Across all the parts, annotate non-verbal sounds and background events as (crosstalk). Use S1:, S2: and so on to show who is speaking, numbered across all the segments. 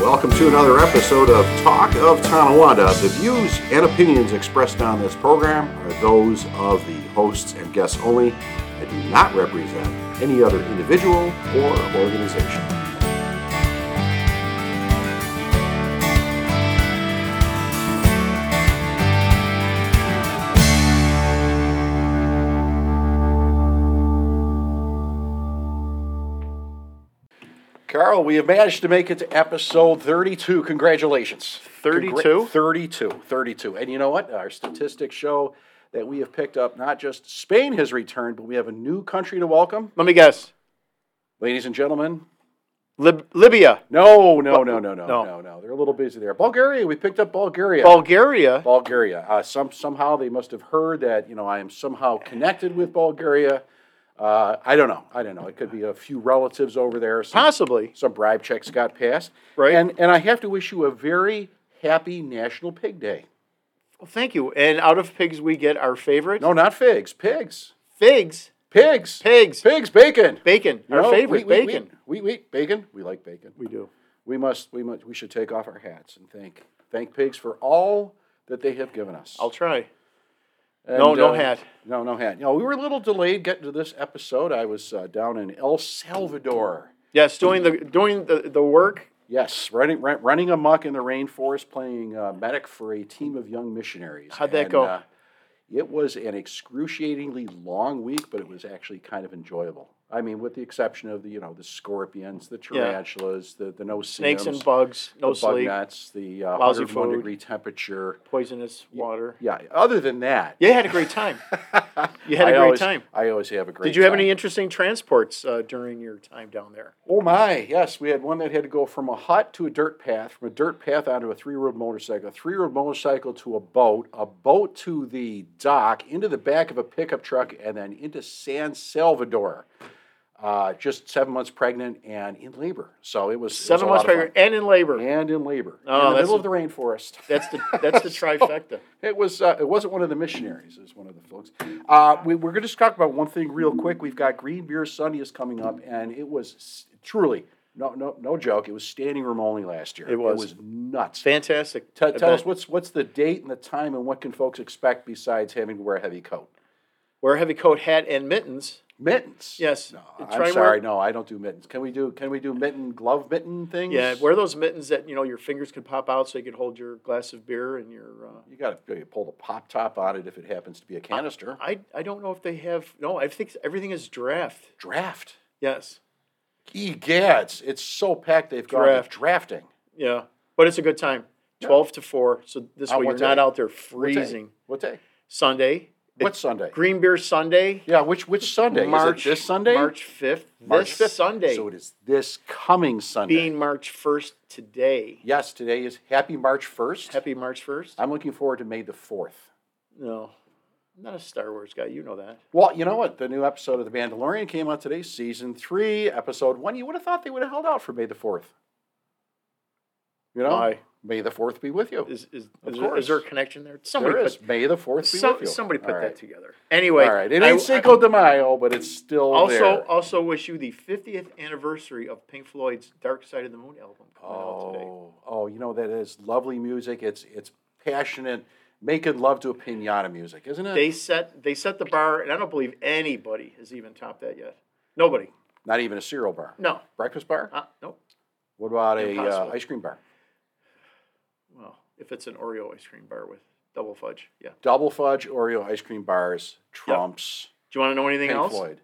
S1: welcome to another episode of Talk of Tonawanda. The views and opinions expressed on this program are those of the hosts and guests only and do not represent any other individual or organization. Carl, we have managed to make it to episode 32. Congratulations.
S2: 32?
S1: Congra- 32. 32. And you know what? Our statistics show that we have picked up not just Spain has returned, but we have a new country to welcome.
S2: Let me guess.
S1: Ladies and gentlemen,
S2: Lib- Libya,
S1: no, no, no, no, no,
S2: No.
S1: no, no. They're a little busy there. Bulgaria, we picked up Bulgaria.
S2: Bulgaria.
S1: Bulgaria. Uh, some somehow they must have heard that you know I am somehow connected with Bulgaria. Uh, I don't know. I don't know. It could be a few relatives over there. Some,
S2: Possibly.
S1: some bribe checks got passed.
S2: Right.
S1: And and I have to wish you a very happy National Pig Day.
S2: Well, thank you. And out of pigs, we get our favorite
S1: No, not figs. Pigs.
S2: figs,
S1: Pigs.
S2: Pigs.
S1: Pigs. Bacon.
S2: bacon.
S1: You
S2: Our
S1: know, we-
S2: favorite
S1: we-
S2: bacon.
S1: We, we, we bacon. We like bacon.
S2: We, do.
S1: We must. We must. We should take off our hats and thank thank pigs for all that they have given us.
S2: I'll try.
S1: And,
S2: No, no
S1: uh,
S2: hat.
S1: No, no hat. You know, we were a little delayed getting to this episode. I was uh, down in El Salvador.
S2: Yes, doing the doing the, the work.
S1: Yes, running run, running amok in the rainforest, playing uh, medic for a team of young missionaries. uh,
S2: How'd that go?
S1: it was an excruciatingly long week, but it was actually kind of enjoyable. I mean, with the exception of the you know the scorpions, the tarantulas, the the no
S2: Snakes and bugs. No
S1: the bug
S2: sleep.
S1: nuts, the uh,
S2: Lousy
S1: 101
S2: food.
S1: degree temperature.
S2: Poisonous water.
S1: Yeah. Other than that,
S2: You had a
S1: (laughs)
S2: great time. You had
S1: I
S2: a great
S1: always-
S2: time.
S1: I always have a great.
S2: Did you have
S1: time.
S2: any interesting transports uh, during your time down there?
S1: Oh my, yes. We had one that had to go from a hut to a dirt path, from a dirt path onto a three road motorcycle, a three road motorcycle to a boat, a boat to the dock, into the back of a pickup truck, and then into San Salvador. Uh, just seven months pregnant and in labor. So it was it was
S2: Seven
S1: a
S2: months
S1: lot of
S2: pregnant and in labor.
S1: fun. And in labor.
S2: Oh,
S1: in the
S2: that's
S1: middle
S2: a-
S1: of the rainforest.
S2: That's the
S1: (laughs)
S2: that's the trifecta.
S1: It was. Uh, it wasn't one of the missionaries. It was one of the folks. Uh, we, we're going to just talk about one thing real quick. We've got Green Beer Sunday is coming up, and it was s- truly no no no joke. It was standing room only last year.
S2: It was.
S1: It was nuts.
S2: Fantastic.
S1: Tell- tell
S2: event.
S1: us what's what's the date and the time, and what can folks expect besides having to wear a heavy coat?
S2: Wear a heavy coat, hat, and mittens.
S1: Mittens.
S2: Yes.
S1: No,
S2: Try
S1: I'm
S2: and
S1: sorry.
S2: wear-
S1: No, I don't do mittens. Can we do can we do mitten glove mitten things?
S2: Yeah, wear those mittens that you know your fingers could pop out, so you could hold your glass of beer and your. Uh,
S1: you got to pull the pop top on it if it happens to be a canister.
S2: I I don't know if they have. No, I think everything is draft.
S1: Draft.
S2: Yes.
S1: Egads, it's so packed they've gone
S2: Draft.
S1: to drafting.
S2: Yeah, but it's a good time. Twelve to four, so this
S1: On
S2: way you're
S1: what
S2: not
S1: day?
S2: out there
S1: What day?
S2: freezing.
S1: What day?
S2: Sunday,
S1: What Sunday?
S2: Green Beer Sunday,
S1: Yeah, which which Sunday?
S2: March
S1: is it this Sunday?
S2: March fifth,
S1: March
S2: this
S1: 5th?
S2: Sunday
S1: So it is this coming Sunday.
S2: being March first today.
S1: yes, today is Happy March first.
S2: Happy March first.
S1: I'm looking forward to May the fourth.
S2: No, I'm not a Star Wars guy. You know that.
S1: Well, you know what? The new episode of The Mandalorian came out today, season three, episode one. You would have thought they would have held out for May the fourth. You know,
S2: Why?
S1: May the fourth be with you.
S2: Is is,
S1: Of
S2: is, there, is there a
S1: course.
S2: connection there? Somebody
S1: There
S2: put
S1: is May the fourth be
S2: Some-
S1: with you.
S2: somebody put
S1: All
S2: that
S1: right.
S2: together. Anyway,
S1: All right, it
S2: I-
S1: ain't
S2: I-
S1: Cinco de Mayo, but it's still
S2: also, oh,
S1: there.
S2: also wish you the 50th anniversary of Pink Floyd's Dark Side of the Moon album coming out today.
S1: Oh, oh, you know that is lovely music. It's it's passionate, making love to a pinata music, isn't it?
S2: They set they set the bar, and I don't believe anybody has even topped that yet. Nobody.
S1: Not even a cereal bar,
S2: No.
S1: breakfast bar.
S2: Uh, nope.
S1: What about a uh,
S2: Impossible.
S1: ice cream bar?
S2: Well, if it's an Oreo ice cream bar with double fudge, yeah.
S1: Double fudge Oreo ice cream bars trumps
S2: Do you want to know anything
S1: Pink
S2: else?
S1: Floyd.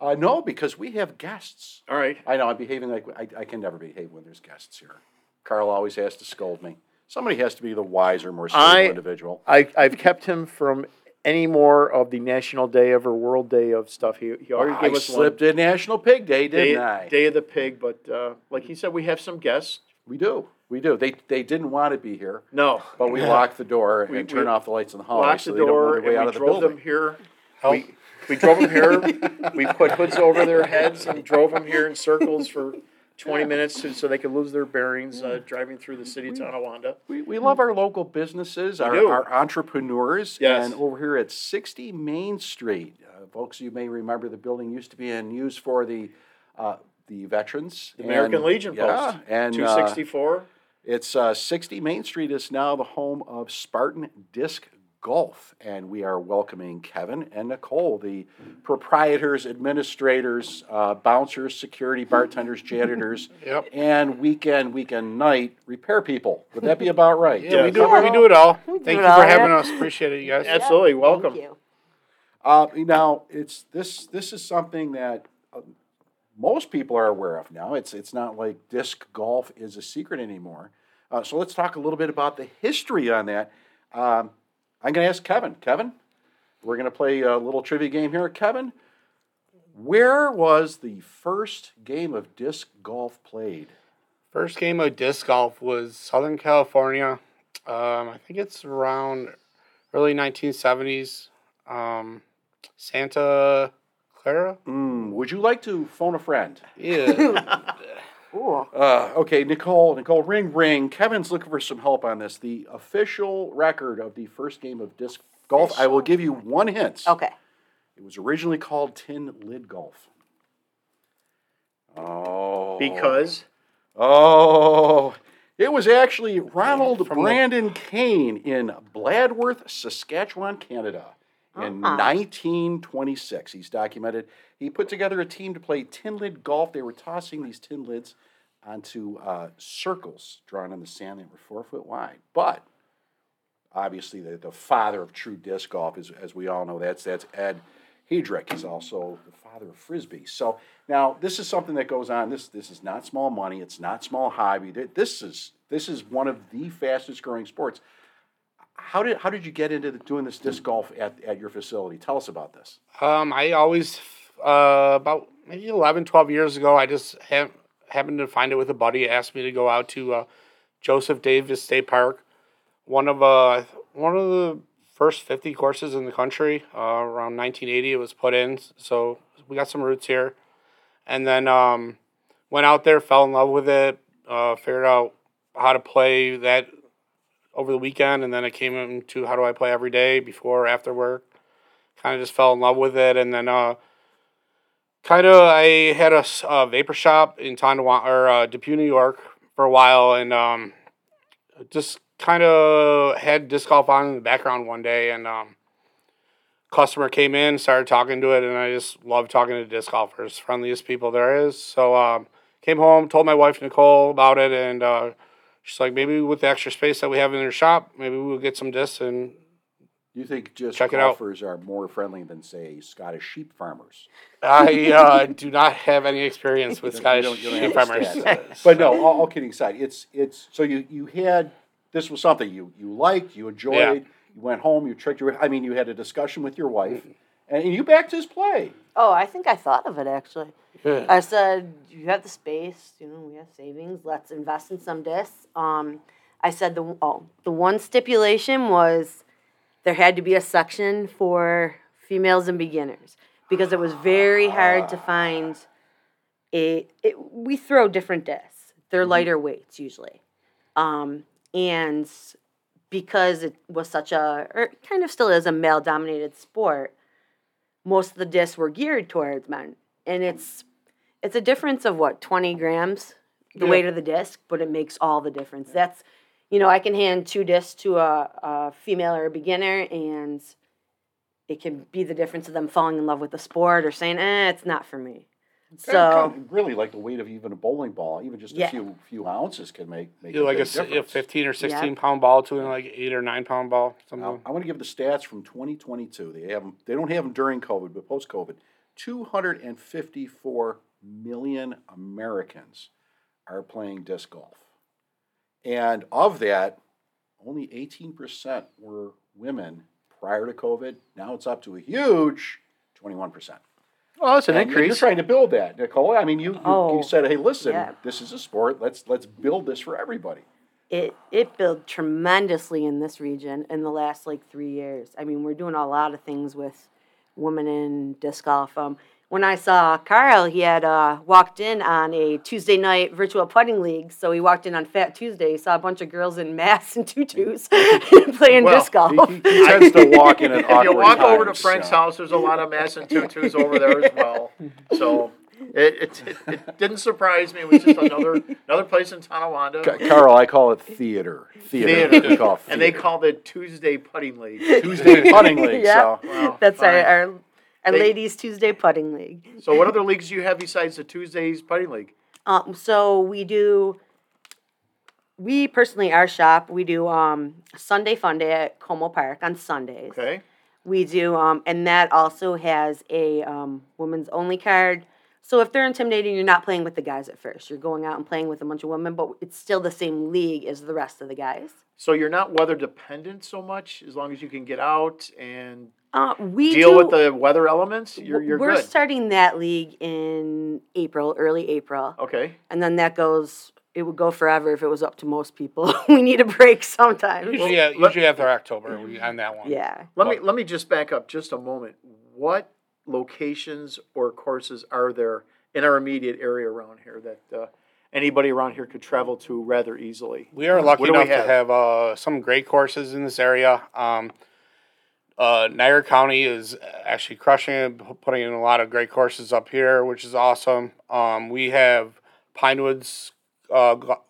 S1: Uh, no, because we have guests.
S2: All right.
S1: I know I'm behaving like I, I can never behave when there's guests here. Carl always has to scold me. Somebody has to be the wiser, more stable
S2: I-
S1: individual.
S2: I, I've kept him from any more of the National Day of or World Day of stuff. He, he already
S1: I
S2: gave us one.
S1: slipped in National Pig Day, didn't I?
S2: Day, Day of the Pig, but uh, like he said, we have some guests.
S1: We do. We do. They they didn't want to be here,
S2: No,
S1: but we locked the door
S2: We-
S1: and turned
S2: we
S1: off the lights in the hallway
S2: locked
S1: so
S2: the
S1: they Oh, don't
S2: door
S1: want
S2: and
S1: their way out
S2: we
S1: of the
S2: drove them
S1: building.
S2: here. We, we drove
S1: (laughs)
S2: them here. We put hoods over their heads and drove them here in circles for 20 minutes so, so they could lose their bearings uh, driving through the city of Tonawanda.
S1: We, we love our local businesses, our,
S2: do.
S1: our entrepreneurs,
S2: Yes.
S1: and over here at 60 Main Street, uh, folks, you may remember the building used to be in use for the uh, the veterans, the
S2: American Legion
S1: yeah,
S2: Post,
S1: and uh,
S2: 264.
S1: It's uh, 60 Main Street is now the home of Spartan Disc Golf, and we are welcoming Kevin and Nicole, the proprietors, administrators, uh, bouncers, security, bartenders, janitors,
S3: Yep.
S1: and weekend, weekend night repair people. Would that be about right?
S3: Yeah, we
S2: Yes.
S3: do. We do it all. Thank you
S4: it
S3: for
S4: all,
S3: having
S4: yeah.
S3: us. Appreciate it, you guys.
S2: That's- Absolutely, welcome.
S4: Thank you.
S1: Uh, now, it's this. This is something that uh, most people are aware of now. It's it's not like disc golf is a secret anymore. Uh, so let's talk a little bit about the history on that. Um, I'm going to ask Kevin. Kevin, we're going to play a little trivia game here. Kevin, where was the first game of disc golf played?
S3: First game of disc golf was Southern California. Um, I think it's around early 1970s. Um, Santa Clara.
S1: Mm, would you like to phone a friend?
S3: Yeah.
S4: Cool.
S1: Uh, okay, Nicole, Nicole, ring, ring. Kevin's looking for some help on this. The official record of the first game of disc golf. I will give you one hint.
S4: Okay.
S1: It was originally called tin lid golf. Oh.
S2: Because
S1: Oh. It was actually Ronald
S3: From the-
S1: Brandon Kane in Bladworth, Saskatchewan, Canada. In
S4: Ah.
S1: 1926, he's documented. He put together a team to play tin lid golf. They were tossing these tin lids onto uh, circles drawn in the sand that were four foot wide. But obviously, the, the father of true disc golf is, as we all know, that's that's Ed Hedrick. He's also the father of frisbee. So now this is something that goes on. This this is not small money. It's not small hobby. Th- This is this is one of the fastest growing sports. How did how did you get into the, doing this disc golf at, at your facility? Tell us about this.
S3: um, I always, uh, about maybe 11, 12 years ago, I just ha- happened to find it with a buddy. asked me to go out to uh, Joseph Davis State Park, one of uh, one of the first 50 courses in the country. Uh, around 1980, it was put in. So we got some roots here. And then um, went out there, fell in love with it, uh, figured out how to play that over the weekend. And then it came into how do I play every day before, after work kind of just fell in love with it and then uh kind of i had a s- uh, vapor shop in Tonawanda or uh, depew new york for a while and um just kind of had disc golf on in the background one day and um customer came in started talking to it and i just love talking to disc golfers friendliest people there is so um came home told my wife nicole about it and uh She's like, maybe with the extra space that we have in our shop, maybe we'll get some discs and
S1: You think just
S3: Check it out.
S1: golfers are more friendly than say Scottish sheep farmers?
S3: I uh, do not have any experience with
S1: You don't-
S3: Scottish
S1: you don't- you don't
S3: sheep farmers.
S1: understand. But no, all, all kidding aside, it's it's so you you had this was something you you liked, you enjoyed, you went home, you tricked your. I mean, you had a discussion with your wife, and, and you backed his play.
S4: Oh, I think I thought of it actually.
S3: Yeah.
S4: I said, "You have the space. You know, we have savings. Let's invest in some discs." Um, I said the oh, the one stipulation was there had to be a section for females and beginners because it was very hard to find a. It, we throw different discs. They're lighter weights usually, um, and because it was such a or it kind of still is a male dominated sport most of the discs were geared towards men and it's it's a difference of what 20 grams the
S3: Yeah.
S4: weight of the disc but it makes all the difference that's you know i can hand two discs to a, a female or a beginner and it can be the difference of them falling in love with the sport or saying eh it's not for me so
S1: Kind of really, like the weight of even a bowling ball, even just a
S4: Yeah.
S1: few few ounces can make make
S3: You know,
S1: a
S3: like a,
S1: big
S3: s- a
S1: difference.
S3: 15 or 16
S4: Yeah.
S3: pound ball to an like 8 or 9 pound ball. Something.
S1: Now, I want to give the stats from 2022. They have 'em- They don't have them during COVID, but post COVID, 254 million Americans are playing disc golf, and of that, only 18% were women prior to COVID. Now it's up to a huge 21%.
S3: well, that's an
S1: And You're trying to build that, Nicole. I mean, you you,
S4: Oh,
S1: you said, hey, listen,
S4: yeah.
S1: this is a sport. Let's let's build this for everybody.
S4: it it built tremendously in this region in the last like three years. I mean, we're doing a lot of things with women in disc golf. Um, when I saw Carl, he had uh, walked in on a Tuesday night virtual putting league. So he walked in on Fat Tuesday, saw a bunch of girls in masks and (laughs) tutus playing
S2: Well,
S4: disc golf.
S1: He, he tends to walk in an
S2: if you
S1: awkward
S2: walk over to
S1: Oh, times,
S2: Frank's
S1: so.
S2: house, there's a lot of mass and tutus over there as well. So It, it, it didn't surprise me. It was just another another place in Tonawanda.
S1: Ca- Carl, I call it theater. Theater.
S2: Theater.
S1: We call it
S2: And they
S1: theater.
S2: called it Tuesday Putting League.
S1: Tuesday putting league.
S4: (laughs) Yeah.
S1: So
S2: Wow,
S4: That's
S2: fine.
S4: our our, our
S2: They-
S4: ladies Tuesday putting league.
S2: So, what other leagues do you have besides the Tuesdays Putting League?
S4: Um, so we do. We personally, our shop, we do um, Sunday Fun Day at Como Park on Sundays.
S2: Okay.
S4: We do, um, and that also has a um, women's only card. So if they're intimidating, you're not playing with the guys at first. You're going out and playing with a bunch of women, but it's still the same league as the rest of the guys.
S2: So, you're not weather dependent so much as long as you can get out and
S4: Uh, we
S2: deal
S4: do-
S2: with the weather elements. You're, you're
S4: we're
S2: good.
S4: starting that league in April, early April,
S2: Okay.
S4: and then that goes. It would go forever if it was up to most people. (laughs) we need a break sometimes.
S3: Usually,
S2: Well, let-
S3: uh, usually after October we- on that one.
S4: yeah. (laughs)
S2: Let me let me just back up just a moment. What locations or courses are there in our immediate area around here that uh, anybody around here could travel to rather
S4: (laughs)
S2: easily?
S3: We are lucky
S2: What do we
S3: enough
S2: have?
S3: to have uh, some great courses in this area. Um, uh, Niagara County is actually crushing it, p- putting in a lot of great courses up here, which is awesome. Um, we have Pinewoods uh, go-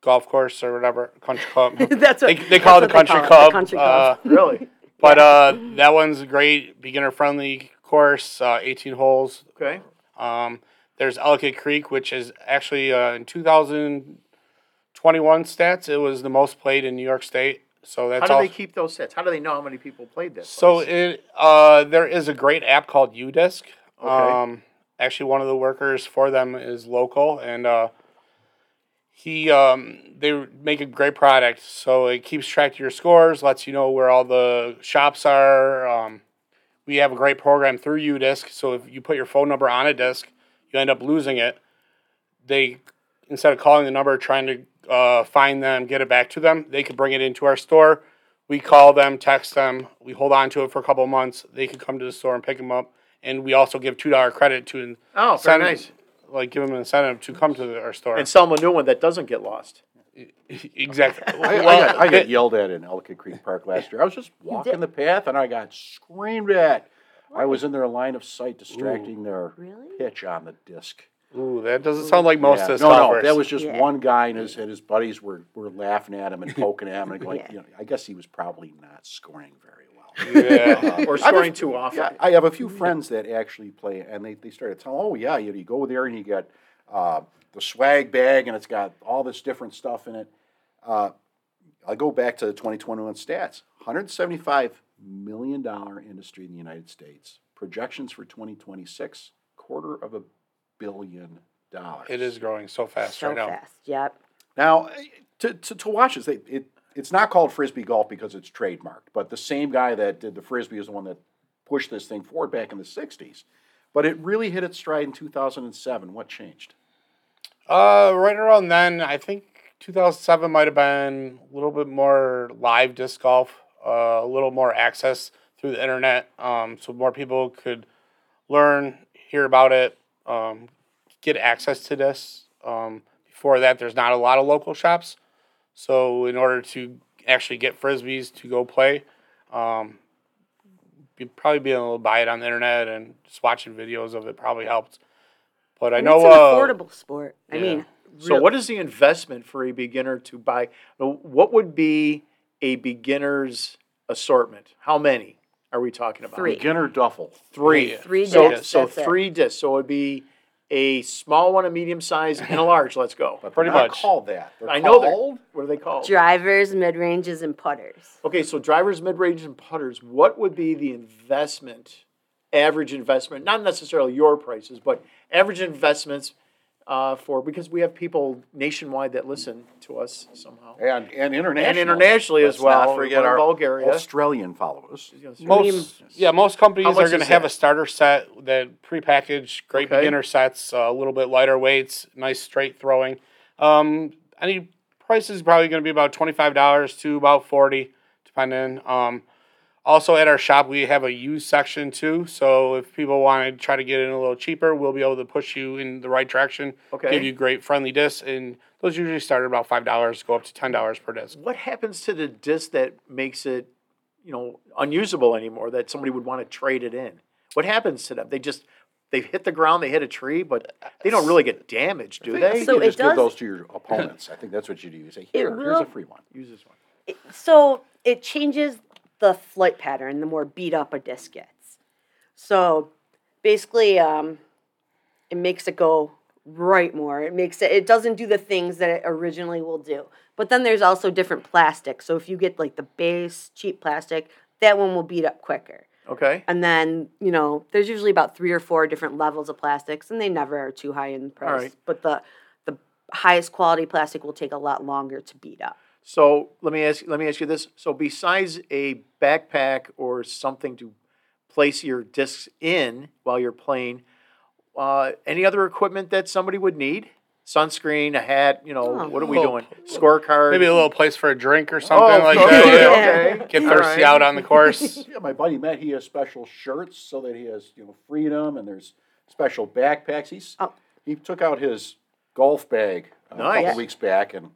S3: Golf Course or whatever, Country Club.
S4: (laughs) that's
S3: they,
S4: what
S3: they call it the
S4: that's
S3: country,
S4: what they
S3: club.
S4: call it, the country
S3: uh,
S4: club.
S2: Really?
S3: but uh, that one's a great beginner friendly course, uh, 18 holes.
S2: Okay.
S3: Um, there's Ellicott Creek, which is actually uh, in 2021 stats, it was the most played in New York State. So
S2: How
S3: that's
S2: do
S3: all.
S2: they keep those sets? How do they know how many people played that?
S3: so
S2: place?
S3: it uh, there is a great app called UDisc.
S2: Okay.
S3: Um, actually, one of the workers for them is local, and uh, he um, they make a great product. So it keeps track of your scores, lets you know where all the shops are. Um, we have a great program through UDisc. So if you put your phone number on a disc, you end up losing it. They instead of calling the number, trying to uh, find them, get it back to them, they could bring it into our store. We call them, text them. We hold on to it for a couple of months. They could come to the store and pick them up, and we also give two dollar credit to
S2: oh, very
S3: send-
S2: nice.
S3: like give them an incentive to come to the, our store.
S2: And sell them a new one that doesn't get lost.
S3: (laughs) exactly.
S1: I, I
S3: Well,
S1: got, I got
S3: they-
S1: yelled at in Ellicott Creek Park last year. I was just walking the path and I got screamed at. I was in their line of sight distracting their
S4: Really?
S1: pitch on the disc.
S3: Ooh, that doesn't sound like most
S1: Yeah.
S3: of the
S1: no, no,
S3: golfers.
S1: that was just
S4: Yeah.
S1: one guy and his and his buddies were, were laughing at him and poking at him
S4: (laughs)
S1: and going.
S4: Yeah.
S1: You know, I guess he was probably not scoring very well.
S3: (laughs) yeah.
S2: Or scoring too often.
S1: Yeah, I have a few friends that actually play, and they, they started telling, oh yeah, you, you go there and you got uh, the swag bag, and it's got all this different stuff in it. Uh, I go back to the 2021 stats: 175 million dollar industry in the United States. Projections for 2026: quarter of a billion dollars.
S3: It is growing so fast
S4: So
S3: right now.
S4: fast. Yep.
S1: Now, to, to, to watch this, they, it, it's not called frisbee golf because it's trademarked, but the same guy that did the frisbee is the one that pushed this thing forward back in the 60s. But it really hit its stride in 2007. What changed?
S3: Uh, right around then, I think 2007 might have been a little bit more live disc golf, uh, a little more access through the internet, um, so more people could learn, hear about it, um, get access to this. Um, before that, there's not a lot of local shops, so in order to actually get frisbees to go play, um, you'd probably be able to buy it on the internet and just watching videos of it probably helped. But I
S4: And
S3: know
S4: it's an
S3: uh,
S4: affordable sport. I
S3: yeah.
S4: mean,
S2: So, what is the investment for a beginner to buy? What would be a beginner's assortment? How many are we talking about?
S4: Three.
S1: Beginner duffel.
S2: Three.
S3: Yeah.
S4: Three
S2: So,
S4: discs,
S2: so
S4: that's it.
S2: three discs. So it'd be a small one, a medium size, and a large. Let's go.
S1: But
S3: Pretty
S1: they're not
S3: much.
S1: called that. They're
S2: I know they're
S1: called-
S2: What are they called?
S4: drivers, mid ranges, and putters.
S2: Okay, so drivers, mid range, and putters. What would be the investment, average investment? Not necessarily your prices, but average investments uh, for because we have people nationwide that listen to us somehow.
S1: And, and internationally.
S2: And internationally as
S1: Let's not
S2: well.
S1: forget
S2: One in
S1: our
S2: Bulgaria.
S1: Australian followers.
S3: Most, yeah, most
S2: How
S3: companies
S2: much
S3: are going to
S2: is
S3: have
S2: that?
S3: a starter set that prepackaged, great
S2: Okay.
S3: beginner sets, uh, a little bit lighter weights, nice straight throwing. Um, any price is probably going to be about twenty five dollars to about forty, depending. Um, also at our shop we have a used section too, so if people want to try to get in a little cheaper, we'll be able to push you in the right direction.
S2: Okay.
S3: Give you great friendly discs, and those usually start at about five dollars, go up to ten dollars per disc.
S2: What happens to the disc that makes it, you know, unusable anymore? That somebody would want to trade it in. What happens to them? They just they hit the ground, they hit a tree, but they don't really get damaged, do they?
S1: so
S4: So
S1: you
S4: it
S1: just give
S4: does-
S1: those to your opponents. I think that's what you do. You say, here, here's
S4: will-
S1: a free one.
S2: Use this one.
S4: so it changes the flight pattern the more beat up a disc gets. So basically, um, it makes it go right more. It makes it it doesn't do the things that it originally will do. But then there's also different plastics. So if you get like the base cheap plastic, that one will beat up quicker.
S2: Okay.
S4: And then you know there's usually about three or four different levels of plastics, and they never are too high in price.
S2: right.
S4: But the the highest quality plastic will take a lot longer to beat up.
S2: So let me ask let me ask you this. So besides a backpack or something to place your discs in while you're playing, uh, any other equipment that somebody would need? Sunscreen, a hat, you know,
S4: Oh.
S2: what are we doing? Scorecard.
S3: Maybe a little place for a drink or
S2: oh,
S3: something like
S2: okay,
S3: that. yeah.
S2: okay.
S3: Get
S2: All right.
S3: thirsty out on
S2: (laughs)
S3: the course.
S1: Yeah, my buddy Matt, he has special shirts so that he has, you know, freedom and there's special backpacks. He's
S4: Oh.
S1: he took out his golf bag uh, a
S2: Nice.
S1: couple weeks back and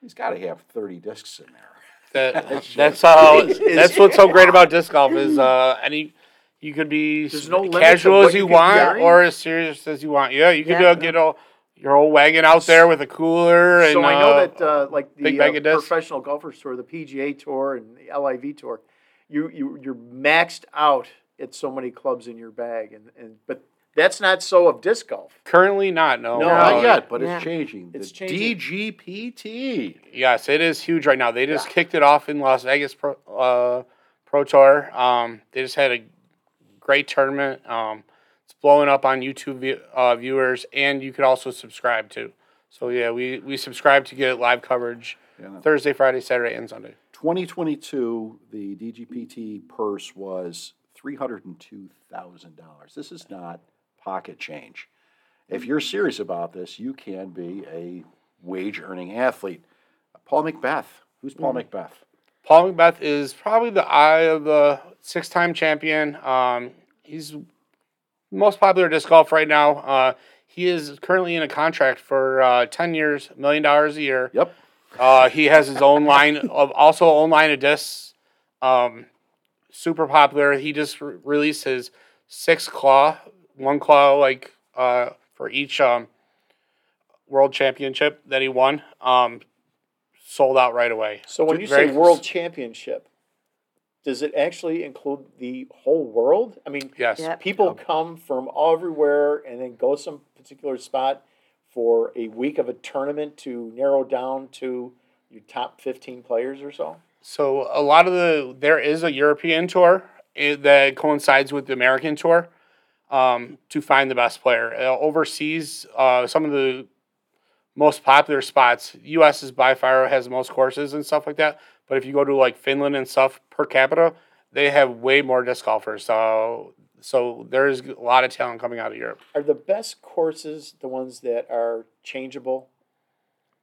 S1: he's got to have 30 discs in there.
S3: That, that's how. That's what's so great about disc golf is uh, any you could be s-
S2: There's no limit to
S3: casual
S2: what
S3: as
S2: you
S3: you
S2: can
S3: want
S2: carry.
S3: or as serious as you want. Yeah, you could
S4: Yeah.
S3: uh, get all your old wagon out there with a cooler and
S2: So I know
S3: uh,
S2: that uh, like
S3: Big
S2: the
S3: Bag
S2: uh,
S3: of Discs.
S2: professional golfers tour, the PGA tour and the LIV tour, you you you're maxed out at so many clubs in your bag, and, and but that's not so of disc golf.
S3: currently not. No,
S2: No,
S1: Not
S2: Oh,
S1: yet, but
S4: yeah.
S1: it's changing.
S2: It's
S1: the
S2: changing.
S1: DGPT.
S3: Yes, it is huge right now. They just kicked it off in Las Vegas Pro, uh, Pro Tour. Um, they just had a great tournament. Um, it's blowing up on YouTube view, uh, viewers, and you could also subscribe too. So yeah, we we subscribe to get live coverage
S1: Yeah.
S3: Thursday, Friday, Saturday, and Sunday.
S1: 2022, the DGPT purse was $302,000. This is not pocket change. If you're serious about this, you can be a wage earning athlete. Paul McBeth. Who's Paul Macbeth?
S3: Paul McBeth is probably the eye of the six time champion. Um, he's the most popular disc golf right now. Uh, he is currently in a contract for uh, 10 years, million dollars a year.
S1: Yep.
S3: Uh, he has his own line of also own line of discs. Um, super popular. He just re- released his six claw, one claw like uh, for each um, world championship that he won. Um, sold out right away.
S2: So when
S3: Dude,
S2: you
S3: very-
S2: say world championship, does it actually include the whole world? I mean,
S3: yes,
S4: Yep.
S2: people come from everywhere and then go some particular spot for a week of a tournament to narrow down to your top 15 players or so.
S3: So a lot of the there is a European tour eh, that coincides with the American tour um, to find the best player Uh, overseas. Uh, some of the most popular spots, U.S. is by far has the most courses and stuff like that. But if you go to like Finland and stuff per capita, they have way more disc golfers. So so there is a lot of talent coming out of Europe.
S2: Are the best courses the ones that are changeable?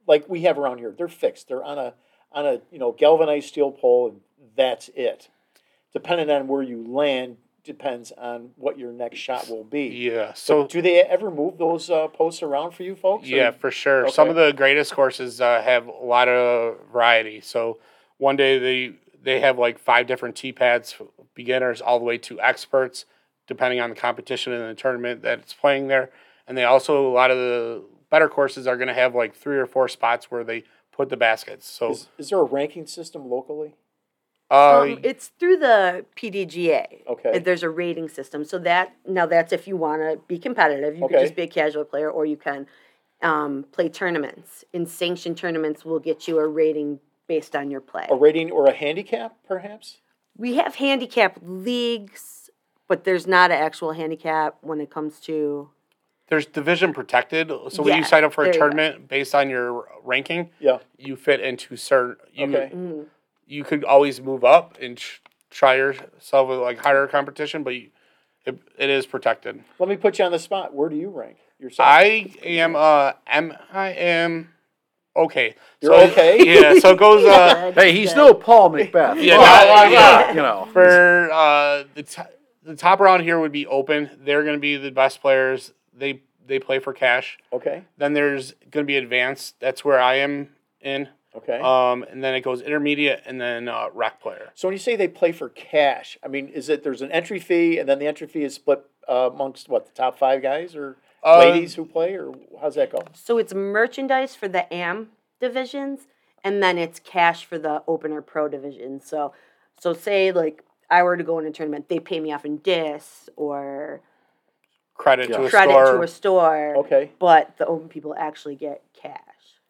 S2: Like we have around here, they're fixed. They're on a on a you know galvanized steel pole, and that's it. Depending on where you land, depends on what your next shot will be.
S3: Yeah. So
S2: So do they ever move those uh, posts around for you folks? or-
S3: Yeah, for sure. Some of
S2: Okay.
S3: the greatest courses uh, have a lot of variety. So one day they they have like five different tee pads, for beginners all the way to experts, depending on the competition and the tournament that's playing there. And they also a lot of the better courses are going to have like three or four spots where they put the baskets. So
S2: Is, is there a ranking system locally?
S3: uh,
S4: Um, it's through the PDGA.
S2: Okay.
S4: There's a rating system. So that now that's if you want to be competitive, you
S2: Okay.
S4: can just be a casual player, or you can um, play tournaments. And sanctioned tournaments will get you a rating based on your play.
S2: A rating or a handicap, perhaps?
S4: We have handicap leagues, but there's not an actual handicap when it comes to
S3: there's division protected. So when you
S4: Yeah,
S3: sign up for
S4: there
S3: a
S4: you go.
S3: tournament based on your ranking,
S2: Yeah.
S3: you fit into certain. You,
S2: Okay.
S3: you could always move up and tr- try yourself with like higher competition, but you, it, it is protected.
S2: Let me put you on the spot. Where do you rank yourself?
S3: I am uh am I am okay.
S2: You're
S3: so,
S2: okay?
S3: (laughs) Yeah. So it goes uh
S1: Hey, he's still Paul Macbeth.
S3: Yeah,
S1: But,
S3: not- yeah.
S1: You know.
S3: for uh the t- the top round here would be open. They're going to be the best players. They they play for cash.
S2: okay.
S3: Then there's going to be advanced. That's where I am in.
S2: Okay.
S3: Um, and then it goes intermediate and then uh, rec player.
S2: so when you say they play for cash, I mean, is it there's an entry fee and then the entry fee is split uh, amongst what the top five guys or
S1: Um,
S3: Uh,
S2: ladies who play, or how's that go?
S4: So it's merchandise for the AM divisions, and then it's cash for the opener pro division. So, so say like I were to go in a tournament, they pay me off in discs or
S3: Credit to a
S4: credit
S3: store.
S4: to a store.
S2: Okay.
S4: But the open people actually get cash.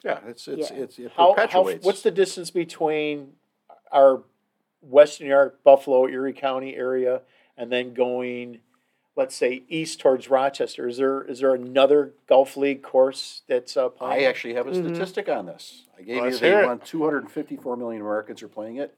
S1: Yeah, it's it's
S4: Yeah.
S1: it's it
S2: How, how
S1: perpetuates.
S2: what's the distance between our Western New York, Buffalo, Erie County area, and then going, let's say, east towards Rochester? Is there is there another Gulf League course that's uh,
S1: I
S2: playing?
S1: actually have a statistic on this. I gave
S3: Let's
S1: you they
S3: hear it.
S1: won 254 million Americans are playing it.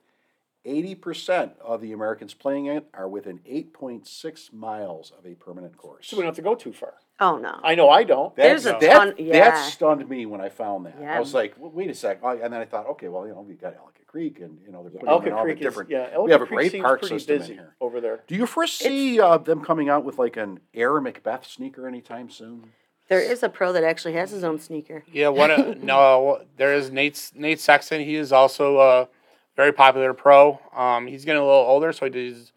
S1: 80% of the Americans playing it are within 8.6 miles of a permanent course.
S2: so we don't have to go too far.
S4: Oh no.
S2: I know I don't.
S4: There's
S1: That-
S4: a
S1: that,
S4: ton- yeah.
S1: that stunned me when I found that. I
S4: Yeah.
S1: was like, "Well, wait a sec. Oh, and then I thought, okay, well, you know, we've got Ellicott Creek and, you know, they're putting in
S2: Elka
S1: all
S2: Creek
S1: the
S2: is
S1: different.
S2: yeah. Elka
S1: we have a
S2: Creek
S1: great
S2: seems
S1: park
S2: pretty
S1: system
S2: busy
S1: in here.
S2: over there.
S1: Do you foresee uh, them coming out with like an Air Macbeth sneaker anytime soon?
S4: There is a pro that actually has his own sneaker.
S3: Yeah, one.
S4: (laughs)
S3: uh, no, there is Nate Nate Sexton. He is also a very popular pro. Um, he's getting a little older, so he does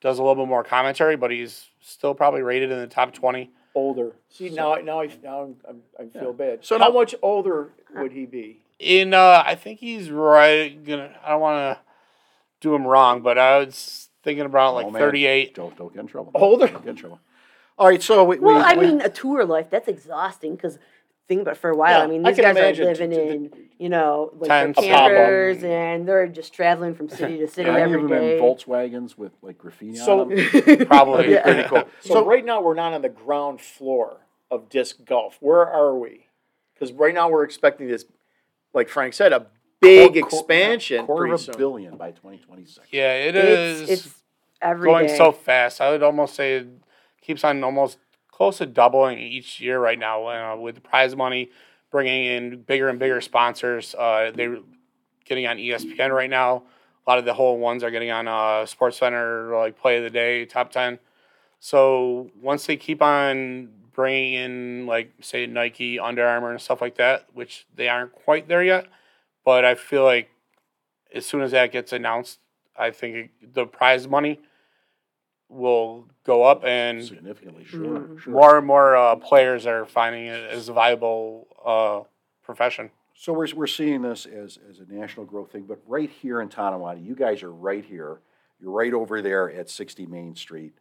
S3: does a little bit more commentary, but he's still probably rated in the top twenty.
S2: Older. See now, I- now I now I'm, I'm, I feel bad.
S1: So
S2: So how
S1: now-
S2: much older would he be?
S3: In uh, I think he's right. Gonna I don't want to do him wrong, but I was thinking about like
S1: Oh, man.
S3: thirty eight.
S1: Don't don't get in trouble.
S2: Older.
S1: Don't get in trouble. All right, so we.
S4: Well,
S1: we,
S4: I
S1: we-
S4: mean, a tour life that's exhausting because think about it for a while.
S2: Yeah,
S4: I mean,
S2: I
S4: these
S2: can
S4: guys are
S2: imagine t-
S4: living
S2: t- the-
S4: in you know like
S3: Tents,
S4: their
S3: a pop-up.
S4: campers and they're just traveling from
S2: (laughs)
S4: city to city
S1: Are any of
S4: every
S1: them in
S4: day.
S1: Volkswagens with like graffiti
S2: So-
S1: on them? (laughs)
S4: (laughs)
S3: Probably
S4: Yeah.
S1: Pretty cool.
S2: (laughs) So, right now we're not on the ground floor of disc golf. Where are we? Because right now we're expecting this, like Frank said, a big
S1: Quar- quar-
S2: expansion.
S1: quarter
S2: pretty
S1: of a
S2: soon.
S1: billion by 2026.
S3: Yeah, it
S4: It's,
S3: is
S4: it's every
S3: going
S4: day.
S3: so fast. I would almost say it keeps on almost close to doubling each year right now uh, with the prize money, bringing in bigger and bigger sponsors. Uh, they're getting on E ESPN right now. A lot of the whole ones are getting on uh, Sports Center, like Play of the Day, Top Ten. So once they keep on bringing in, like say Nike, Under Armour, and stuff like that, which they aren't quite there yet, but I feel like as soon as that gets announced, I think it, the prize money will go up, and
S1: Significantly, sure.
S4: Mm.
S1: sure.
S3: more and more uh, players are finding it as a viable uh, profession.
S1: So we're, we're seeing this as, as a national growth thing, but right here in Tonawanda, you guys are right here. You're right over there at 60 Main Street.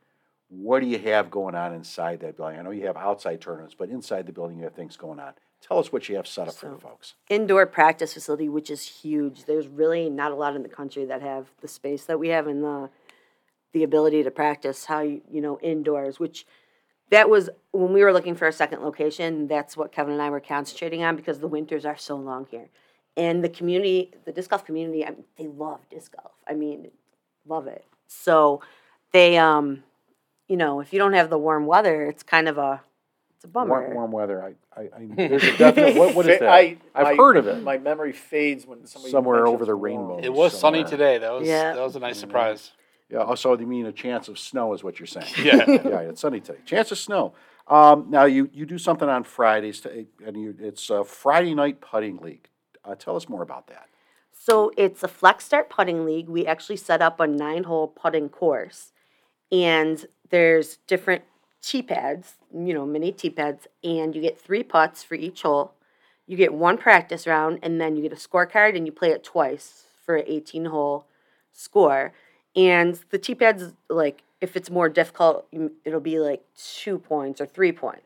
S1: What do you have going on inside that building? I know you have outside tournaments, but inside the building, you have things going on. Tell us what you have set up for the
S4: So-
S1: folks.
S4: indoor practice facility, which is huge. There's really not a lot in the country that have the space that we have and the the ability to practice how you you know indoors. Which that was when we were looking for a second location. That's what Kevin and I were concentrating on because the winters are so long here, and the community, the disc golf community, I mean, they love disc golf. I mean, love it. So they, um, you know, if you don't have the warm weather, it's kind of a it's a bummer.
S1: Warm, warm weather. I, I, I,
S3: (laughs)
S1: there's a definite. What, what is that?
S2: I,
S1: have
S2: my-
S1: heard of it.
S2: My memory fades when somebody
S1: Somewhere
S2: mentions
S1: over the
S2: warm.
S1: rainbow.
S3: It was sunny
S1: Somewhere.
S3: today. That was
S4: Yeah.
S3: that was a nice surprise.
S1: Yeah, oh, so you mean a chance of snow is what you're saying?
S3: (laughs) Yeah.
S1: (laughs) yeah, it's sunny today. Chance of snow. Um, now you you do something on Fridays, to, and you it's a Friday night putting league. Uh, tell us more about that.
S4: So it's a flex start putting league. We actually set up a nine hole putting course, and there's different tee pads, you know, mini tee pads, and you get three putts for each hole. You get one practice round, and then you get a scorecard, and you play it twice for an 18 hole score. And the tee pads, like, if it's more difficult, m- it'll be like two points or three points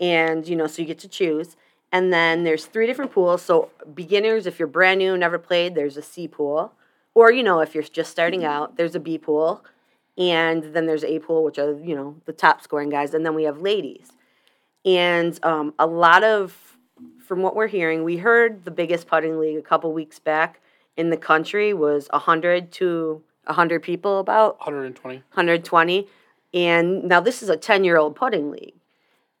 S4: and you know so you get to choose and then there's three different pools so beginners if you're brand new never played there's a c pool or you know if you're just starting out there's a b pool and then there's a pool which are you know the top scoring guys and then we have ladies and um, a lot of from what we're hearing we heard the biggest putting league a couple weeks back in the country was 100 to 100 people about
S3: 120.
S4: 120 and now this is a 10 year old putting league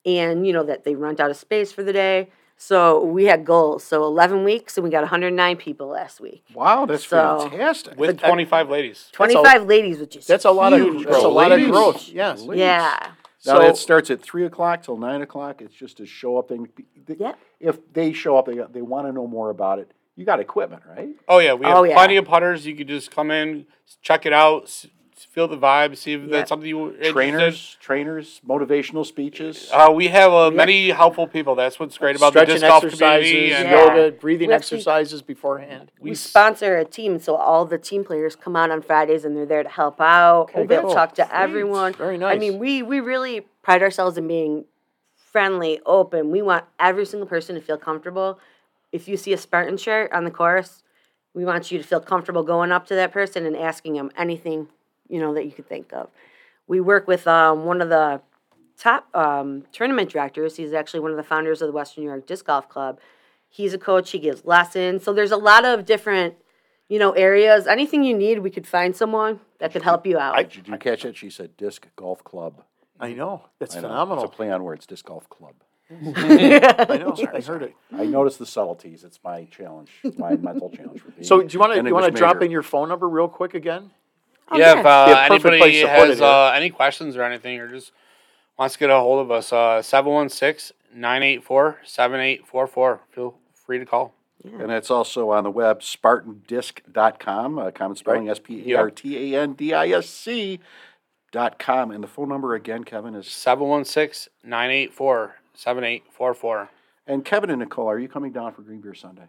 S4: and you know that they rent out of space for the day so we had goals so 11 weeks and we got 109 people last week
S1: Wow, that's
S4: So-
S1: fantastic.
S3: with 25 ladies.
S4: 25 ladies which is
S2: That's a lot
S1: Huge
S2: of that's a lot of
S1: growth.
S2: growth. Yes.
S1: Ladies.
S4: yeah
S1: Now
S2: So-
S1: it starts at three o'clock till nine o'clock. It's just a show up thing. Th-
S4: Yep.
S1: If they show up, they they want to know more about it. You got equipment, right?
S3: Oh yeah, we have
S4: Oh, yeah.
S3: plenty of putters. You could just come in, s- check it out, s- s- feel the vibe, see if
S4: Yeah.
S3: that's something you were interested-
S1: Trainers, trainers, motivational speeches.
S3: Uh, we have uh, many helpful people. That's what's great about
S2: Stretching
S3: the disc golf
S2: exercises,
S3: community. And,
S4: Yeah.
S2: yoga, breathing
S4: We actually-
S2: exercises beforehand.
S3: we
S4: we
S3: s-
S4: sponsor a team, so all the team players come out on Fridays and they're there to help out.
S2: Okay,
S4: They'll
S2: cool.
S4: talk to everyone.
S2: Very
S4: I
S2: nice.
S4: mean, we we really pride ourselves in being friendly, open. We want every single person to feel comfortable. If you see a Spartan shirt on the course, we want you to feel comfortable going up to that person and asking them anything you know that you could think of. We work with um, one of the top um, tournament directors. He's actually one of the founders of the Western New York Disc Golf Club. He's a coach. He gives lessons. So there's a lot of different, you know, areas. Anything you need, we could find someone that could help you out.
S1: Did you- did you catch it? She said disc golf club.
S2: I know. That's
S1: I know,
S2: phenomenal.
S1: uh, It's a play on words, disc golf club.
S2: I know. I heard it.
S1: I noticed the subtleties. It's my challenge, my mental challenge. For being
S2: So do you want to
S1: an
S2: you want to
S1: English
S2: drop
S1: major.
S2: in your phone number real quick again?
S3: yeah, if uh,
S2: Oh, Be a perfect place
S3: anybody
S2: to put
S3: has
S2: it, yeah.
S3: uh, any questions or anything, or just wants to get a hold of us, uh, 716-984-7844. Feel free to call.
S1: And it's also on the web, spartandisc.com, uh, common spelling, S P E R T A N D I S C dot com. And the phone number again, Kevin, is.
S3: 716-984-7844.
S1: And Kevin and Nicole, are you coming down for Green Beer Sunday?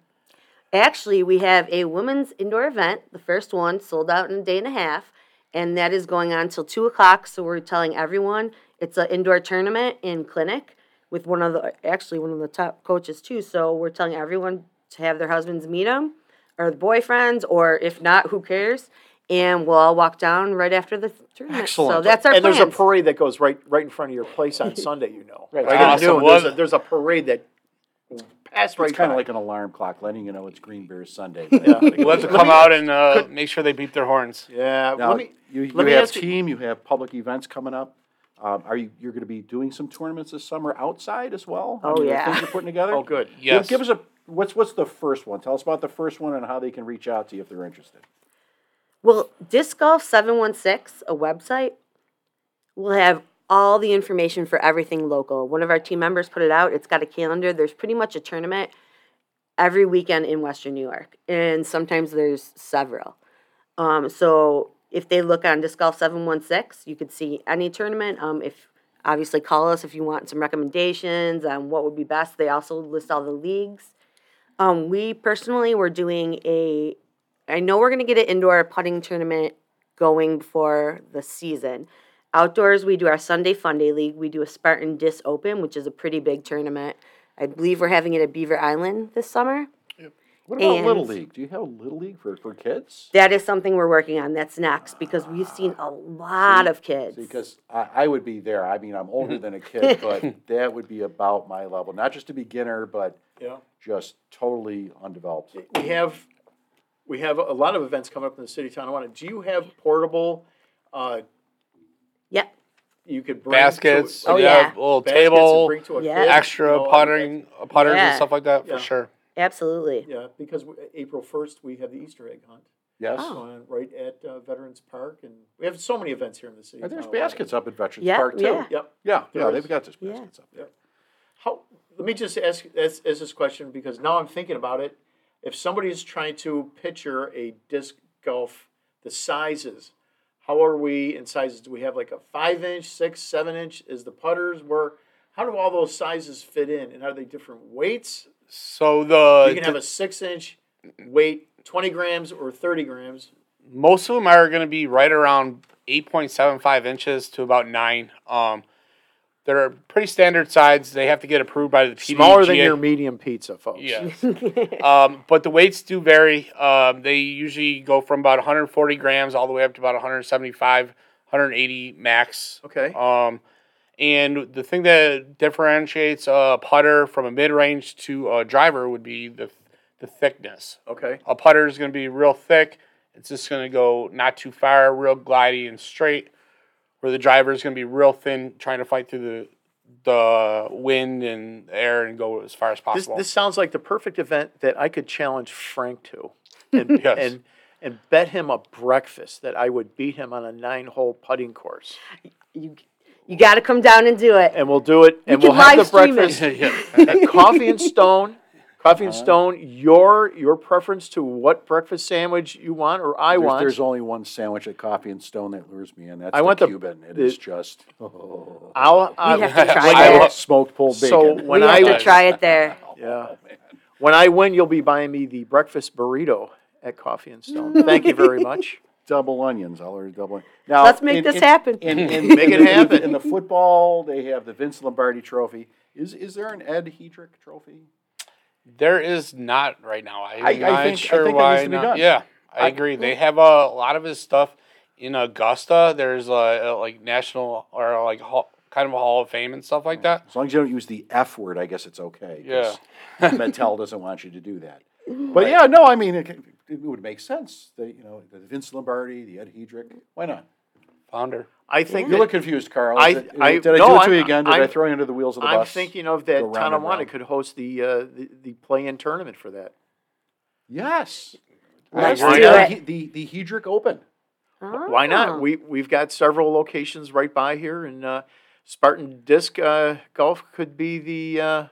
S4: Actually, we have a women's indoor event. The first one sold out in a day and a half, and that is going on till two o'clock. So we're telling everyone it's an indoor tournament in clinic with one of the actually one of the top coaches too. So we're telling everyone to have their husbands meet them or the boyfriends, or if not, who cares? And we'll all walk down right after the tournament. So
S1: Excellent.
S4: that's our
S2: and
S4: plans.
S2: there's a parade that goes right right in front of your place on Sunday. You know, right, at noon,
S3: Awesome.
S2: there's, a,
S3: Well-
S2: there's a parade that passed right.
S1: It's kind
S2: by.
S1: of like an alarm clock letting you know it's Green Beer
S2: (laughs)
S1: Sunday.
S3: We'll have to come out and uh, make sure they beat their horns.
S2: yeah.
S1: Now,
S2: let me
S1: you, you
S2: let me
S1: have
S2: ask you-
S1: team, you have public events coming up. Um, are you you're going to be doing some tournaments this summer outside as well?
S4: Oh,
S1: I mean, the
S4: yeah.
S1: things you're putting together.
S2: Oh, good.
S1: Give-
S3: Yes.
S1: Give, us a what's what's the first one? Tell us about the first one and how they can reach out to you if they're interested.
S4: Well, Disc Golf 716, a website, will have all the information for everything local. One of our team members put it out. It's got a calendar. There's pretty much a tournament every weekend in Western New York, and sometimes there's several. Um, so if they look on Disc Golf 716, you could see any tournament. Um, if obviously call us if you want some recommendations on what would be best. They also list all the leagues. Um, we personally were doing a I know we're going to get an indoor putting tournament going before the season. Outdoors, we do our Sunday Fun Day League. We do a Spartan Disc Open, which is a pretty big tournament. I believe we're having it at Beaver Island this summer.
S1: What about Little
S4: And-
S1: League? Do you have a Little League for, for kids?
S4: That is something we're working on. That's next because we've seen a lot of kids.
S1: Because I, I would be there. I mean, I'm older than a
S2: (laughs)
S1: kid, but that would be about my level. Not just a beginner, but
S2: Yeah.
S1: just totally undeveloped.
S2: we have we have a lot of events coming up in the city of Tonawanda. Do you have portable? Uh,
S4: yep.
S2: you could bring
S3: Baskets,
S2: to,
S4: Oh,
S2: a-
S4: yeah.
S3: a little
S2: baskets and
S3: table,
S2: bring to a
S4: Yeah.
S2: field, you
S3: (laughs) extra
S2: know,
S3: puttering, putters
S4: Yeah.
S3: and stuff like that
S2: Oh, Yeah.
S3: for sure.
S4: Absolutely.
S2: Yeah, because we, April first we have the Easter egg hunt
S1: Yes.
S4: Oh.
S2: on, right at uh, Veterans Park, and we have so many events here in the city.
S1: And
S2: of
S1: There's
S2: Tonawanda.
S1: baskets up at Veterans
S4: Yeah,
S1: Park, too.
S4: yeah.
S2: Yep.
S1: Yeah,
S2: Oh, There
S1: yeah,
S2: is.
S1: they've got those
S4: Yeah.
S1: baskets up there.
S2: How? Let me just ask ask, ask this question because now I'm thinking about it. If somebody is trying to picture a disc golf, the sizes, how are we in sizes? Do we have like a five inch, six, seven inch? Is the putters where? How do all those sizes fit in, and are they different weights?
S3: So Uh, the
S2: You can have a six inch weight, twenty grams or thirty grams.
S3: most of them are going to be right around 8.75 inches to about nine. Um, they're pretty standard sides. They have to get approved by the
S2: (laughs)
S3: PDGA.
S2: medium pizza, folks.
S3: (laughs) Yes. um, but the weights do vary. Um, they usually go from about 140 grams all the way up to about 175, 180 max.
S2: Okay.
S3: Um, and the thing that differentiates a putter from a mid range to a driver would be the, the thickness.
S2: Okay.
S3: A putter is going to be real thick. It's just going to go not too far, real glidey and straight. Where the driver is going to be real thin, trying to fight through the the wind and air and go as far as
S2: This,
S3: possible.
S2: this sounds like the perfect event that I could challenge Frank to, and
S3: Yes.
S2: and and bet him a breakfast that I would beat him on a nine-hole putting course,
S4: You, you got to come down and do it.
S2: and we'll do it, and
S4: can
S2: we'll have the
S4: live stream it.
S2: breakfast at Coffee and Stone Coffee and Stone, your your preference to what breakfast sandwich you want or I
S1: There's,
S2: want.
S1: there's only one sandwich at Coffee and Stone that lures me in. That's
S2: I
S1: the
S2: want the-
S1: Cuban. It is
S2: the-
S1: just
S2: I'll, I,
S4: We
S2: (laughs)
S4: have to try
S2: when
S4: that.
S2: I
S1: I
S2: wa-
S1: want smoked pulled bacon.
S2: So when
S4: we
S2: I
S4: have to
S3: was-
S4: try it there.
S2: yeah. When I win, you'll be buying me the breakfast burrito at Coffee and Stone. Thank you very much.
S1: double onions. I'll order double. Now
S4: Let's make this happen.
S1: In,
S2: (laughs)
S1: in,
S2: Make it
S1: in the-
S2: happen.
S1: In the football, they have the Vince Lombardi Trophy. Is is there an Ed Hedrick Trophy?
S3: There is not right now. I,
S1: I
S3: am not
S1: think- I
S3: sure
S1: think that
S3: why.
S1: needs to be
S3: not.
S1: done.
S3: Yeah, I, agree. They have a, lot of his stuff in Augusta. There's a, a, like national or like hall, kind of a Hall of Fame and stuff like that.
S1: As long as you don't use the F word, I guess it's okay. 'cause (laughs) Mattel doesn't want you to do that. But yeah, no, I mean, it, c- it would make sense. The, you know, the Vince Lombardi, the Ed Hedrick. Why not?
S3: Founder.
S2: I think
S1: You
S2: that-
S1: look confused, Carl.
S2: I-
S1: did
S2: I-
S1: did I
S2: no,
S1: do it to
S2: I'm-
S1: you again? Did i
S2: I'm-
S1: throw you under the wheels of the
S2: I'm
S1: bus?
S2: thinking of that
S1: Go round and
S2: Tonawanda
S1: round.
S2: could host the, uh, the the play-in tournament for that.
S1: Yes.
S4: Let's
S1: Yes,
S2: agree.
S1: the,
S2: Why
S1: uh,
S4: not?
S1: he- the, the Hedrick Open.
S2: Why
S4: Ah.
S2: not? We we've got several locations right by here, and uh, Spartan Disc uh, Golf could be the, uh,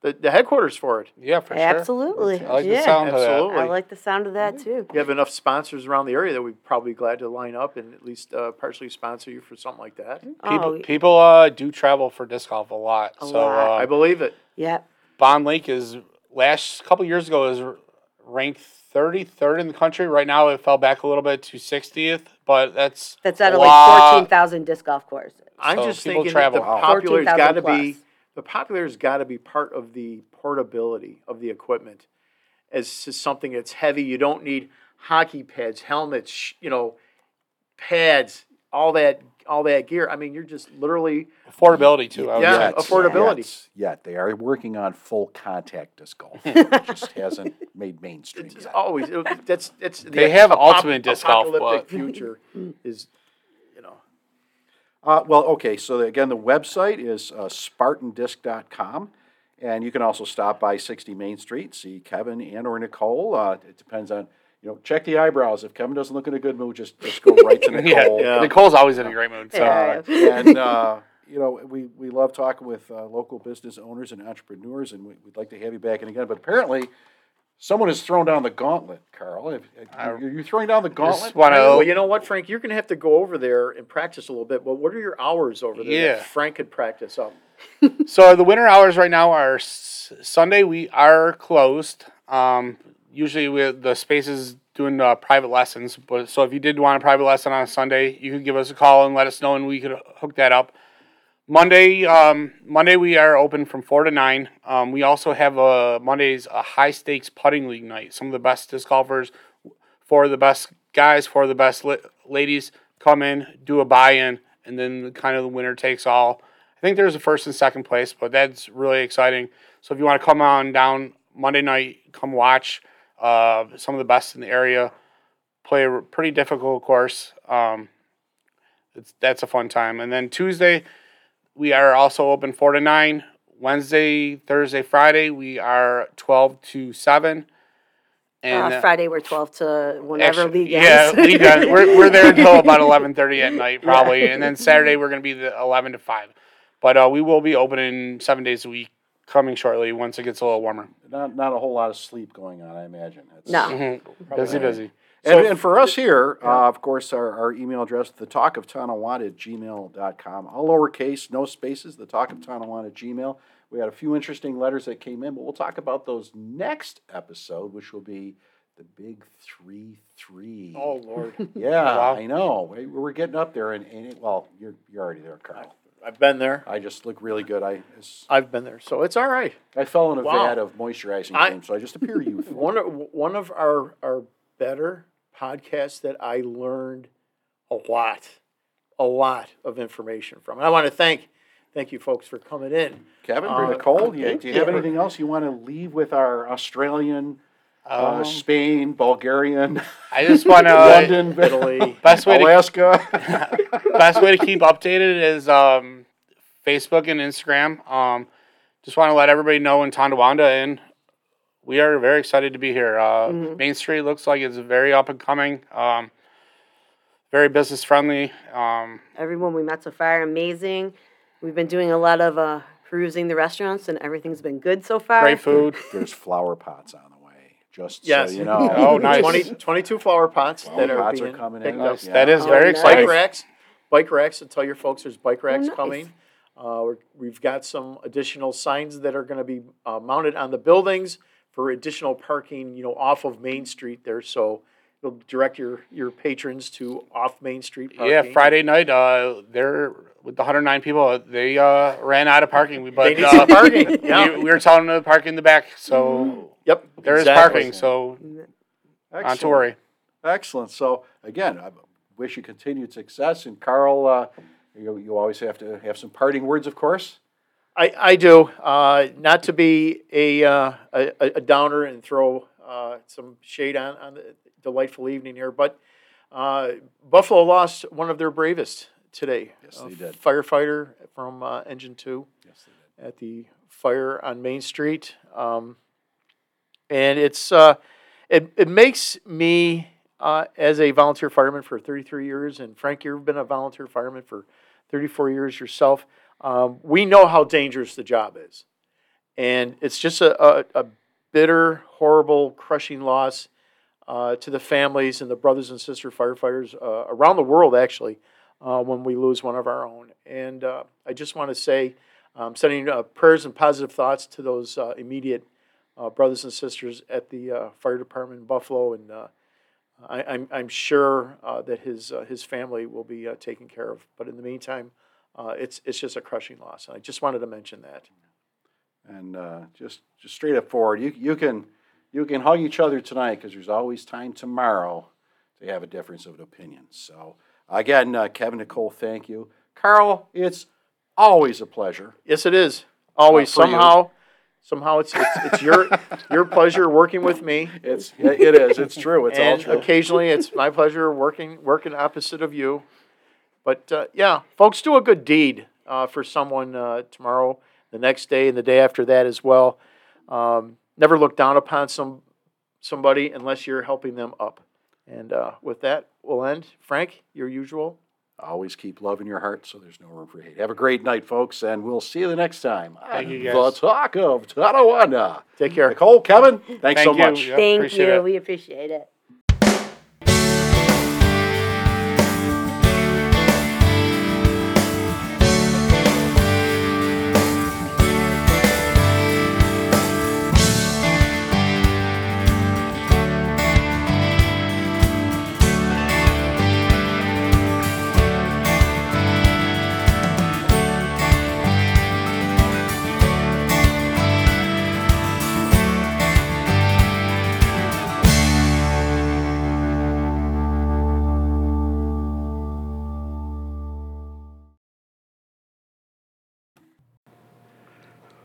S2: the the headquarters for it.
S3: Yeah, for
S4: Absolutely.
S3: sure. I like
S4: yeah.
S3: the sound of
S2: Absolutely.
S4: I like the sound of that too.
S2: You have enough sponsors around the area that we'd probably be glad to line up and at least uh, partially sponsor you for something like that.
S3: that. People,
S4: oh,
S3: people uh, do travel for disc golf a lot.
S4: A
S3: so
S4: lot.
S2: I
S3: Uh,
S2: believe it.
S4: yeah.
S3: Bond Lake is last couple years ago is r- ranked 33rd in the country. Right now it fell back a little bit to 60th, but that's
S4: That's out
S3: a
S4: of like
S3: lot-
S4: 14,000 disc golf courses.
S2: I'm
S3: So
S2: just
S3: people
S2: thinking
S3: travel.
S2: that the
S3: Wow.
S2: popular's
S4: 14,000
S2: got to be
S4: plus.
S2: the popular's got to be part of the portability of the equipment as to something that's heavy. You don't need hockey pads, helmets, sh- you know, pads, all that, all that gear. I mean, you're just literally
S3: affordability too. I would
S2: Yeah,
S3: say.
S1: Yet,
S2: affordability.
S1: Yet, yet they are working on full contact disc
S2: (laughs)
S1: golf. it just hasn't made mainstream
S2: it's
S1: yet.
S2: always it- that's that's.
S3: They have ultimate disc golf,
S2: apocalyptic
S3: but-
S2: future
S3: (laughs)
S2: is, you know,
S1: Uh, well, okay, so again, the website is uh, spartandisc.com. And you can also stop by 60 Main Street, see Kevin and or Nicole. Uh, it depends on, you know, check the eyebrows. If Kevin doesn't look in a good mood, just, just go right
S2: (laughs)
S1: to
S3: (laughs)
S1: Nicole.
S2: Yeah.
S3: Nicole's always in a great mood. So
S4: Yeah.
S1: Uh, and uh, you know, we, we love talking with uh, local business owners and entrepreneurs, and we, we'd like to have you back in again. But apparently, someone has thrown down the gauntlet, Carl. If, are you throwing down the gauntlet?
S3: just want
S2: Well,
S3: to
S2: you know what, Frank? You're going to have to go over there and practice a little bit. But what are your hours over there
S3: Yeah.
S2: that Frank could practice Oh, up?
S3: So the winter hours right now are s- Sunday. We are closed. Um, usually, we, the space is doing uh, private lessons. But so if you did want a private lesson on a Sunday, you could give us a call and let us know, and we could hook that up. Monday, um, Monday we are open from four to nine. Um, we also have a Mondays a high stakes putting league night. Some of the best disc golfers, four of the best guys, four of the best li- ladies come in, do a buy in, and then kind of the winner takes all. I think there's a first and second place, but that's really exciting. So if you want to come on down Monday night, come watch uh, some of the best in the area play a pretty difficult course. Um, it's, that's a fun time. And then Tuesday, we are also open four to nine. Wednesday, Thursday, Friday, we are twelve to seven. And
S4: uh, Friday we're 12 to whenever
S3: Actu-
S4: league
S3: Yeah,
S4: ends. (laughs)
S3: league ends. We're, we're there until about eleven thirty at night, probably, and then Saturday we're going to be the eleven to five. But uh, we will be opening seven days a week, coming shortly once it gets a little warmer.
S1: Not, not a whole lot of sleep going on, I imagine. That's-
S4: No.
S3: Busy, busy.
S1: And, and for us here, uh, of course, our, our email address, the talk of Tonawanda at gmail.com. All lowercase, no spaces, the talk of Tonawanda at gmail. We had a few interesting letters that came in, but we'll talk about those next episode, which will be the big 3 3.
S2: Oh Lord, (laughs)
S1: Yeah,
S3: Wow.
S1: I know. We, we're getting up there, and, and it, well, you're, you're already there, Carl.
S2: I've been there.
S1: I just look really good. I it's-
S2: I've been there, so it's all right.
S1: I fell in a
S2: Wow.
S1: vat of moisturizing
S2: I-
S1: cream, so I just appear
S2: (laughs)
S1: youthful.
S2: One of, one of our our better podcasts that I learned a lot, a lot of information from. And I want to thank thank you folks for coming
S1: (laughs)
S2: in.
S1: Kevin,
S2: Uh,
S1: Nicole, do you,
S4: thank
S1: do you have
S4: you.
S1: anything else you want to leave with our Australian, uh,
S3: Um,
S1: Spain,
S3: (laughs)
S1: Bulgarian, (laughs)
S3: I just want to.
S1: London,
S2: Italy,
S3: Best way to
S1: Alaska?
S3: (laughs)
S1: (laughs)
S3: best way to keep updated is um, Facebook and Instagram. Um, just want to let everybody know in Tonawanda, and we are very excited to be here. Uh, Main Street looks like it's very up and coming, um, very business friendly. Um,
S4: Everyone we met so far, amazing. We've been doing a lot of uh, perusing the restaurants, and everything's been good so far.
S3: Great food.
S1: There's flower pots on the way, just
S2: Yes.
S1: so you know.
S3: (laughs) Oh, nice.
S2: 20, 22 flower pots that are,
S1: pots are
S2: being
S1: coming in.
S2: picked up.
S1: Nice.
S3: Yes, That is
S4: Oh,
S3: very
S4: nice. Oh,
S2: Bike
S3: exciting.
S2: racks, bike racks, and tell your folks there's bike racks
S4: nice.
S2: coming. Uh, we're, we've got some additional signs that are going to be uh, mounted on the buildings for additional parking, you know, off of Main Street there. So it'll direct your, your patrons to off Main Street parking.
S3: Yeah, Friday night, uh, they're with the 109 people. uh, They uh, ran out of parking. We but
S2: They need
S3: uh,
S2: some parking.
S3: (laughs) we,
S2: Yeah.
S3: we were telling them to park in the back, so
S2: Yep.
S3: there is
S2: exactly.
S3: parking. So not to
S1: Excellent.
S3: worry.
S1: Excellent. So again, I wish you continued success. And Carl, uh, you, you always have to have some parting words, of course.
S2: I, I do. Uh, not to be a, uh, a, a downer and throw uh, some shade on, on the delightful evening here, but uh, Buffalo lost one of their bravest today.
S1: Yes,
S2: A
S1: they did.
S2: Firefighter from uh, Engine 2
S1: Yes,
S2: at the fire on Main Street. Um, and it's uh, it, it makes me uh, as a volunteer fireman for 33 years, and Frank, you've been a volunteer fireman for 34 years yourself. Um, we know how dangerous the job is, and it's just a, a, a bitter, horrible, crushing loss uh, to the families and the brothers and sister firefighters uh, around the world, actually, uh, when we lose one of our own. And uh, I just want to say, um, sending uh, prayers and positive thoughts to those uh, immediate uh, brothers and sisters at the uh, fire department in Buffalo, and uh, I, I'm, I'm sure uh, that his uh, his family will be uh, taken care of. But in the meantime, uh, it's it's just a crushing loss. I just wanted to mention that.
S1: And uh, just just straight up forward, you you can you can hug each other tonight because there's always time tomorrow to have a difference of opinion. So again, uh, Kevin Nicole, thank you, Carl. It's always a pleasure.
S2: Yes, it is always
S1: for you.
S2: somehow somehow it's it's,
S1: (laughs)
S2: it's your your pleasure working with me.
S1: It's it it is. It's true. It's all
S2: and
S1: true.
S2: occasionally it's my pleasure working working opposite of you. But uh, yeah, folks, do a good deed uh, for someone uh, tomorrow, the next day, and the day after that as well. Um, never look down upon some somebody unless you're helping them up. And uh, with that, we'll end. Frank, your usual.
S1: Always keep love in your heart, so there's no room for hate. Have a great night, folks, and we'll see you the next time.
S3: Thank you,
S1: The
S3: guys.
S1: talk of Tonawanda.
S2: Take care.
S1: Nicole, Kevin, thanks so
S3: Thank you.
S1: much.
S3: Yeah,
S4: Thank
S3: appreciate
S4: you.
S3: it.
S4: We appreciate it.